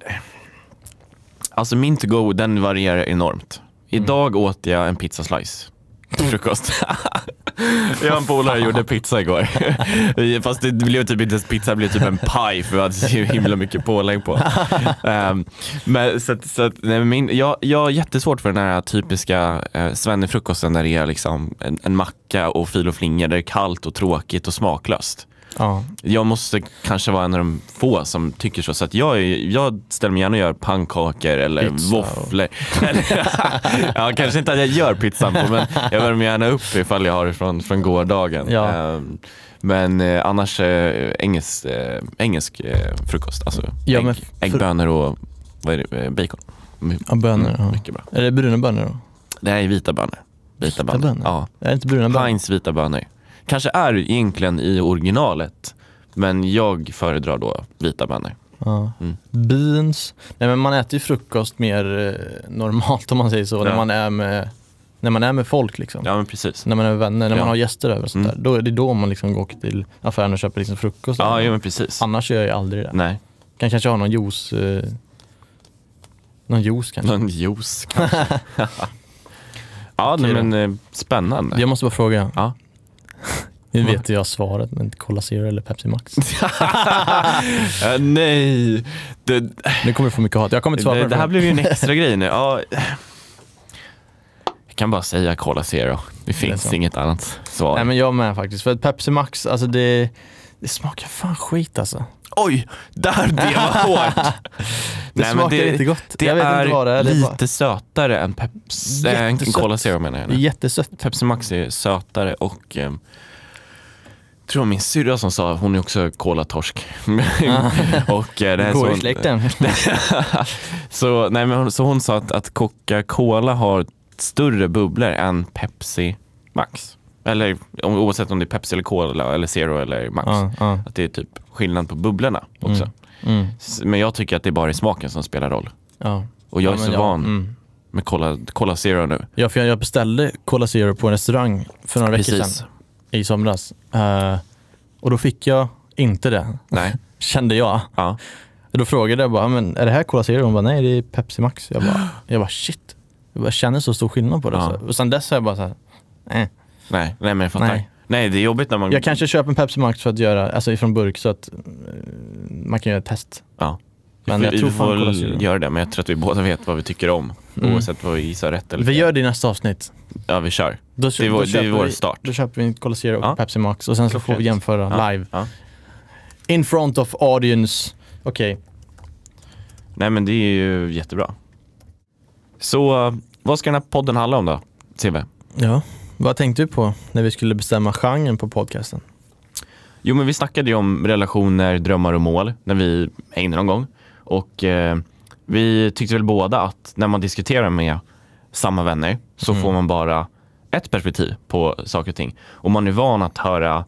Speaker 2: Alltså min to go, den varierar enormt. Idag åt jag en pizzaslice till frukost. jag och en polare gjorde pizza igår. Fast det blev typ inte ens pizza, det blev typ en paj för vi hade så himla mycket pålägg på. Ehm, men så, att- så att, nej, men min, jag, jag har jättesvårt för den här typiska eh, svennefrukosten där det är liksom en, en macka och fil och flingor där det är kallt och tråkigt och smaklöst
Speaker 1: Ja,
Speaker 2: jag måste kanske vara en av de få som tycker så. Så att jag, är- jag ställer mig gärna och gör pannkakor eller
Speaker 1: Pizza och-
Speaker 2: våfflor. Eller- ja, kanske inte att jag gör pizzan på, men jag värmer gärna upp ifall jag har det från, från gårdagen.
Speaker 1: Ja.
Speaker 2: Ehm, men eh, annars eh, engelsk, eh, engelsk eh, frukost. Alltså
Speaker 1: Ja, men
Speaker 2: ägg,
Speaker 1: fr-
Speaker 2: äggbönor och vad är det, Eh, bacon. My-
Speaker 1: ja bönor. Ja.
Speaker 2: Mycket bra.
Speaker 1: Är det bruna bönor då?
Speaker 2: Nej, vita bönor. Vita bönor.
Speaker 1: bönor?
Speaker 2: Ja.
Speaker 1: Är det inte bruna bönor?
Speaker 2: Pines vita bönor. Kanske är egentligen i originalet, men jag föredrar då vita bönor.
Speaker 1: Ja.
Speaker 2: Mm.
Speaker 1: Beans. Nej men man äter ju frukost mer eh, normalt om man säger så, när,
Speaker 2: Ja.
Speaker 1: man är med, när man är med folk liksom.
Speaker 2: Ja men precis.
Speaker 1: När man är med vänner, när
Speaker 2: Ja.
Speaker 1: man har gäster över och sånt
Speaker 2: Mm.
Speaker 1: där. Då är det då man liksom går till affären och köper liksom frukost.
Speaker 2: Ja, jo men precis.
Speaker 1: Annars gör jag aldrig det.
Speaker 2: Nej,
Speaker 1: Kan kanske ha någon juice. Eh, någon juice kanske.
Speaker 2: någon juice kanske. ja, nej,
Speaker 1: Okej då.
Speaker 2: men eh, spännande.
Speaker 1: Jag måste bara fråga.
Speaker 2: Ja.
Speaker 1: Nu vet jag svaret, men Cola Zero eller Pepsi Max?
Speaker 2: Eh, nej, det,
Speaker 1: Nu kommer du få mycket hat. Jag kommer inte svara på
Speaker 2: det,
Speaker 1: det.
Speaker 2: det här blev ju en extra grej nu. Ja. Jag kan bara säga Cola Zero. Det finns
Speaker 1: sant.
Speaker 2: inget annat svar.
Speaker 1: Nej men jag med faktiskt. För att Pepsi Max, alltså det, det smakar fan skit alltså.
Speaker 2: Oj, där det var hårt.
Speaker 1: Det
Speaker 2: Nej, men
Speaker 1: smakar inte gott.
Speaker 2: Det
Speaker 1: jag vet
Speaker 2: är
Speaker 1: inte vad det är. Det är,
Speaker 2: lite
Speaker 1: bara,
Speaker 2: sötare än Pepsi, äh, än
Speaker 1: Jättesött.
Speaker 2: Cola Zero menar jag.
Speaker 1: det är
Speaker 2: nu.
Speaker 1: jättesött.
Speaker 2: Pepsi Max är sötare och ehm, tror min syrra som sa, hon är också Cola-torsk. och eh, det här
Speaker 1: Ah. Går i
Speaker 2: så-
Speaker 1: släkten.
Speaker 2: så, nej, men, hon- så hon sa att, att Coca-Cola har större bubblor än Pepsi Max. Eller om- oavsett om det är Pepsi eller Cola eller Zero eller Max.
Speaker 1: ja, ja.
Speaker 2: Att det är typ skillnad på bubblorna också.
Speaker 1: Ah. Mm. Mm.
Speaker 2: S- Men jag tycker att det är bara är smaken som spelar roll.
Speaker 1: Ja.
Speaker 2: Och jag är
Speaker 1: ja,
Speaker 2: så
Speaker 1: men ja,
Speaker 2: van
Speaker 1: Mm.
Speaker 2: med Cola, Cola Zero nu.
Speaker 1: Ja, för jag, jag beställde Cola Zero på en restaurang för några veckor
Speaker 2: Precis.
Speaker 1: sedan i somras. Eh, och då fick jag inte det,
Speaker 2: Nej.
Speaker 1: kände jag.
Speaker 2: Ja.
Speaker 1: Då frågade jag bara, "Ah, men är det här Cola Zero? Hon bara, nej det är Pepsi Max. Jag bara, jag bara shit. Jag bara, känner så stor skillnad på det.
Speaker 2: Ja. Mm.
Speaker 1: Så. Och sen dess har jag bara så här, eh.
Speaker 2: Nej, nej men jag fattar.
Speaker 1: Nej.
Speaker 2: Nej. det är jobbigt när man...
Speaker 1: Jag kanske köper en Pepsi Max för att göra, alltså ifrån burk så att eh, man kan göra ett test.
Speaker 2: Ja.
Speaker 1: Men
Speaker 2: vi,
Speaker 1: jag tror
Speaker 2: vi
Speaker 1: fan
Speaker 2: får
Speaker 1: Cola Zero.
Speaker 2: väl göra det, men jag tror att vi båda vet vad vi tycker om.
Speaker 1: Mm.
Speaker 2: Oavsett vad vi gissar rätt eller
Speaker 1: Vi gör det i nästa avsnitt.
Speaker 2: Ja, vi kör.
Speaker 1: Då,
Speaker 2: Det är vår, det är
Speaker 1: köper
Speaker 2: vår
Speaker 1: vi,
Speaker 2: start.
Speaker 1: då köper vi en Cola Zero och
Speaker 2: Ja.
Speaker 1: Pepsi Max och sen så får vi
Speaker 2: Klockrent.
Speaker 1: jämföra
Speaker 2: Ja.
Speaker 1: live.
Speaker 2: Ja.
Speaker 1: In front of audience. Okej,
Speaker 2: Nej men det är ju jättebra. Så eh, vad ska den här podden handla om då? Sebbe?
Speaker 1: ja. Vad tänkte du på när vi skulle bestämma genren på podcasten?
Speaker 2: Jo men vi snackade ju om relationer, drömmar och mål när vi hängde någon gång. Och eh, vi tyckte väl båda att när man diskuterar med samma vänner så
Speaker 1: Mm.
Speaker 2: får man bara ett perspektiv på saker och ting. Och man är van att höra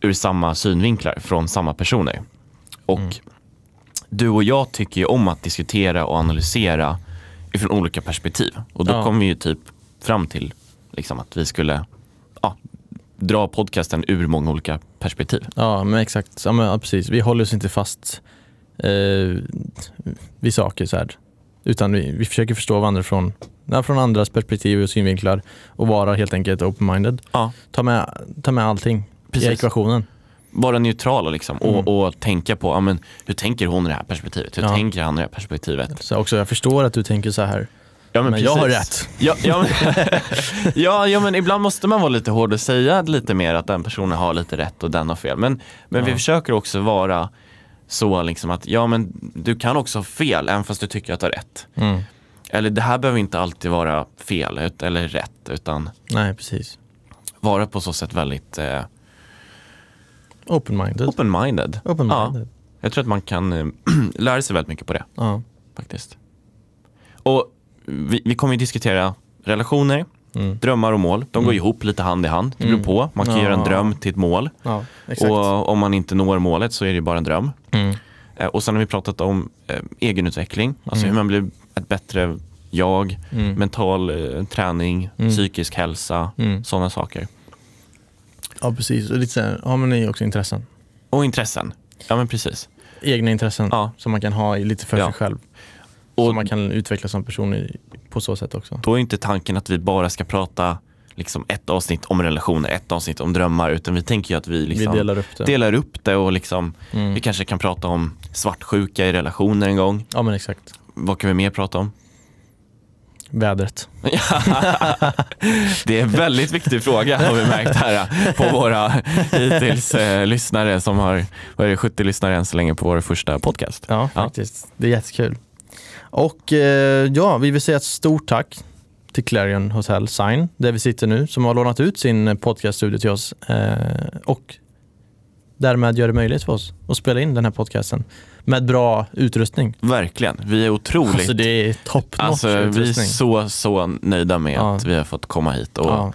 Speaker 2: ur samma synvinklar från samma personer. Och
Speaker 1: Mm.
Speaker 2: du och jag tycker ju om att diskutera och analysera ifrån olika perspektiv. Och då
Speaker 1: Ja.
Speaker 2: kom vi ju typ fram till liksom, att vi skulle ja, dra podcasten ur många olika perspektiv.
Speaker 1: Ja, men exakt. Ja, men, ja, precis. Vi håller oss inte fast eh, vid saker så här. Utan vi, vi försöker förstå varandra från, ja, från andras perspektiv och synvinklar och vara helt enkelt open-minded.
Speaker 2: Ja.
Speaker 1: Ta med, ta med allting i
Speaker 2: Precis.
Speaker 1: ekvationen.
Speaker 2: Vara neutrala liksom och, och tänka på ja, men, hur tänker hon i det här perspektivet? Hur
Speaker 1: Mm. Ja.
Speaker 2: tänker han i det här perspektivet?
Speaker 1: Så också, jag förstår att du tänker så här.
Speaker 2: Ja,
Speaker 1: Men jag har
Speaker 2: precis.
Speaker 1: rätt.
Speaker 2: Ja, ja, men, ja, ja, men ibland måste man vara lite hård och säga lite mer att den personen har lite rätt och den har fel. Men, men vi försöker också vara så liksom att ja, men du kan också ha fel även fast du tycker att du har rätt. Eller det här behöver inte alltid vara fel ut- eller rätt utan
Speaker 1: Nej, precis.
Speaker 2: vara på så sätt väldigt eh,
Speaker 1: Open-minded.
Speaker 2: open-minded.
Speaker 1: Open-minded.
Speaker 2: Ja, jag tror att man kan eh, lära sig väldigt mycket på det.
Speaker 1: Ja.
Speaker 2: faktiskt. Och vi, vi kommer ju diskutera relationer,
Speaker 1: Mm.
Speaker 2: Drömmar och mål, de går ihop lite hand i hand. Det beror
Speaker 1: Mm.
Speaker 2: på. Man kan
Speaker 1: Ja.
Speaker 2: göra en dröm till ett mål.
Speaker 1: Ja, exakt.
Speaker 2: Och om man inte når målet så är det ju bara en dröm.
Speaker 1: Mm.
Speaker 2: Eh, Och sen har vi pratat om eh, egenutveckling, alltså
Speaker 1: Mm.
Speaker 2: hur man blir ett bättre jag,
Speaker 1: Mm.
Speaker 2: mental eh, träning,
Speaker 1: Mm.
Speaker 2: psykisk hälsa,
Speaker 1: Mm.
Speaker 2: sådana saker.
Speaker 1: Ja, precis. Och lite så här, ja men det är ju också intressen.
Speaker 2: Och intressen. Ja men precis.
Speaker 1: Egna intressen
Speaker 2: Ja.
Speaker 1: som man kan ha i- lite för
Speaker 2: Ja.
Speaker 1: sig själv.
Speaker 2: Och-
Speaker 1: som man kan utvecklas som person i, på så sätt också.
Speaker 2: Då är inte tanken att vi bara ska prata liksom ett avsnitt om relationer, ett avsnitt om drömmar, utan vi tänker ju att vi, liksom
Speaker 1: Vi delar upp det.
Speaker 2: delar upp det och liksom,
Speaker 1: Mm.
Speaker 2: vi kanske kan prata om svartsjuka i relationer en gång.
Speaker 1: Ja men exakt.
Speaker 2: Vad kan vi mer prata om?
Speaker 1: Vädret.
Speaker 2: Det är en väldigt viktig fråga har vi märkt här på våra hittills eh, lyssnare som har, vad är det, 70 lyssnare än så länge på vår första podcast.
Speaker 1: Ja, faktiskt. Det är jättekul. Och eh, ja, vi vill säga ett stort tack till Clarion Hotel Sign, där vi sitter nu, som har lånat ut sin podcaststudio till oss eh, och därmed gör det möjligt för oss att spela in den här podcasten med bra utrustning.
Speaker 2: Verkligen, vi är otroligt,
Speaker 1: Alltså
Speaker 2: alltså,
Speaker 1: det är top notch
Speaker 2: vi är
Speaker 1: utrustning.
Speaker 2: så, så nöjda med
Speaker 1: Ja.
Speaker 2: att vi har fått komma hit och
Speaker 1: ja,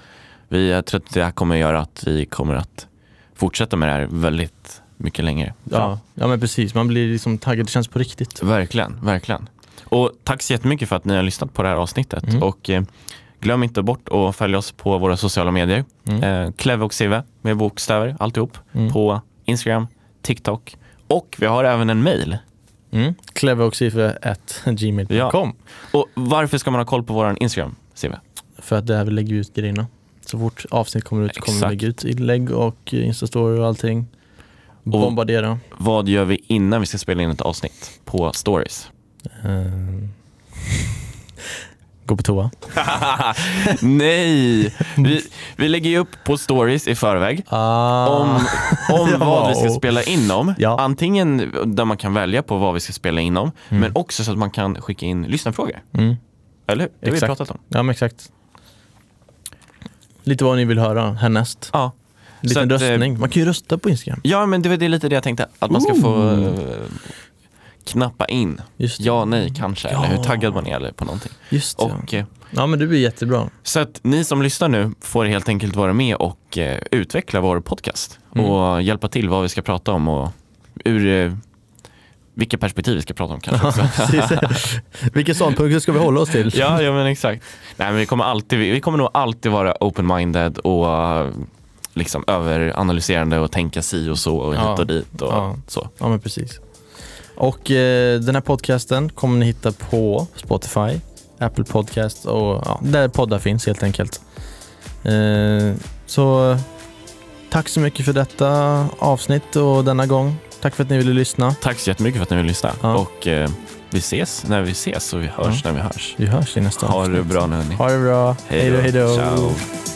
Speaker 2: vi, jag tror att det här kommer göra att vi kommer att fortsätta med det här väldigt mycket längre.
Speaker 1: ja, ja, men precis. Man blir liksom taggad. Det känns på riktigt.
Speaker 2: Verkligen, verkligen. Och tack så jättemycket för att ni har lyssnat på det här avsnittet.
Speaker 1: Mm.
Speaker 2: Och eh, glöm inte bort att följa oss på våra sociala medier.
Speaker 1: Mm.
Speaker 2: Eh, Kleve och Sive med bokstäver, alltihop.
Speaker 1: Mm.
Speaker 2: På Instagram, TikTok och vi har även en mail.
Speaker 1: Mm. Cleveroxifre.gmail.com
Speaker 2: Och varför ska man ha koll på vår Instagram, Sive?
Speaker 1: För att där vi lägger ut grejerna. Så fort avsnitt kommer ut så kommer
Speaker 2: Exakt.
Speaker 1: vi lägga ut inlägg och instastory och allting. Bombardera.
Speaker 2: Vad gör vi innan vi ska spela in ett avsnitt på stories? Eh,
Speaker 1: Ehm. Gå på toa.
Speaker 2: Nej! Vi, vi lägger ju upp på stories i förväg.
Speaker 1: Ah.
Speaker 2: om, om
Speaker 1: Ja.
Speaker 2: vad vi ska spela in om.
Speaker 1: Ja.
Speaker 2: Antingen där man kan välja på vad vi ska spela in om, men också så att man kan skicka in lyssnarfrågor.
Speaker 1: Mm.
Speaker 2: Eller hur? Det har vi
Speaker 1: Exakt.
Speaker 2: pratat om.
Speaker 1: Ja men exakt. Lite vad ni vill höra härnäst.
Speaker 2: Ja. Så
Speaker 1: Liten
Speaker 2: att, eh,
Speaker 1: röstning. Man kan ju rösta på Instagram.
Speaker 2: ja, men det var det är lite det jag tänkte. Att man ska få eh, knappa in.
Speaker 1: Just det.
Speaker 2: Ja, nej, kanske. Eller hur taggad man är eller på någonting.
Speaker 1: Just det.
Speaker 2: Och, eh,
Speaker 1: Ja men det blir jättebra.
Speaker 2: så att ni som lyssnar nu får helt enkelt vara med och eh, utveckla vår podcast
Speaker 1: Mm.
Speaker 2: och hjälpa till vad vi ska prata om och ur eh, vilka perspektiv vi ska prata om kanske också.
Speaker 1: Precis. Vilka ståndpunkter ska vi hålla oss till?
Speaker 2: Ja, ja men exakt. Nej, men vi, kommer alltid, vi vi kommer nog alltid vara open-minded och eh, liksom överanalyserande och tänka si och så och
Speaker 1: Ja.
Speaker 2: hit och dit och
Speaker 1: Ja.
Speaker 2: så.
Speaker 1: Ja, men precis. Och eh, den här podcasten kommer ni hitta på Spotify, Apple Podcast och ja, där poddar finns helt enkelt. Eh, så eh, tack så mycket för detta avsnitt och denna gång. Tack för att ni ville lyssna.
Speaker 2: Tack så jättemycket för att ni vill lyssna
Speaker 1: Ja.
Speaker 2: och eh, vi ses när vi ses och vi hörs när vi hörs.
Speaker 1: Vi hörs i nästa
Speaker 2: Ha
Speaker 1: avsnitt.
Speaker 2: det bra nu hörni.
Speaker 1: Ha det bra. Hej då, hej då.
Speaker 2: Ciao.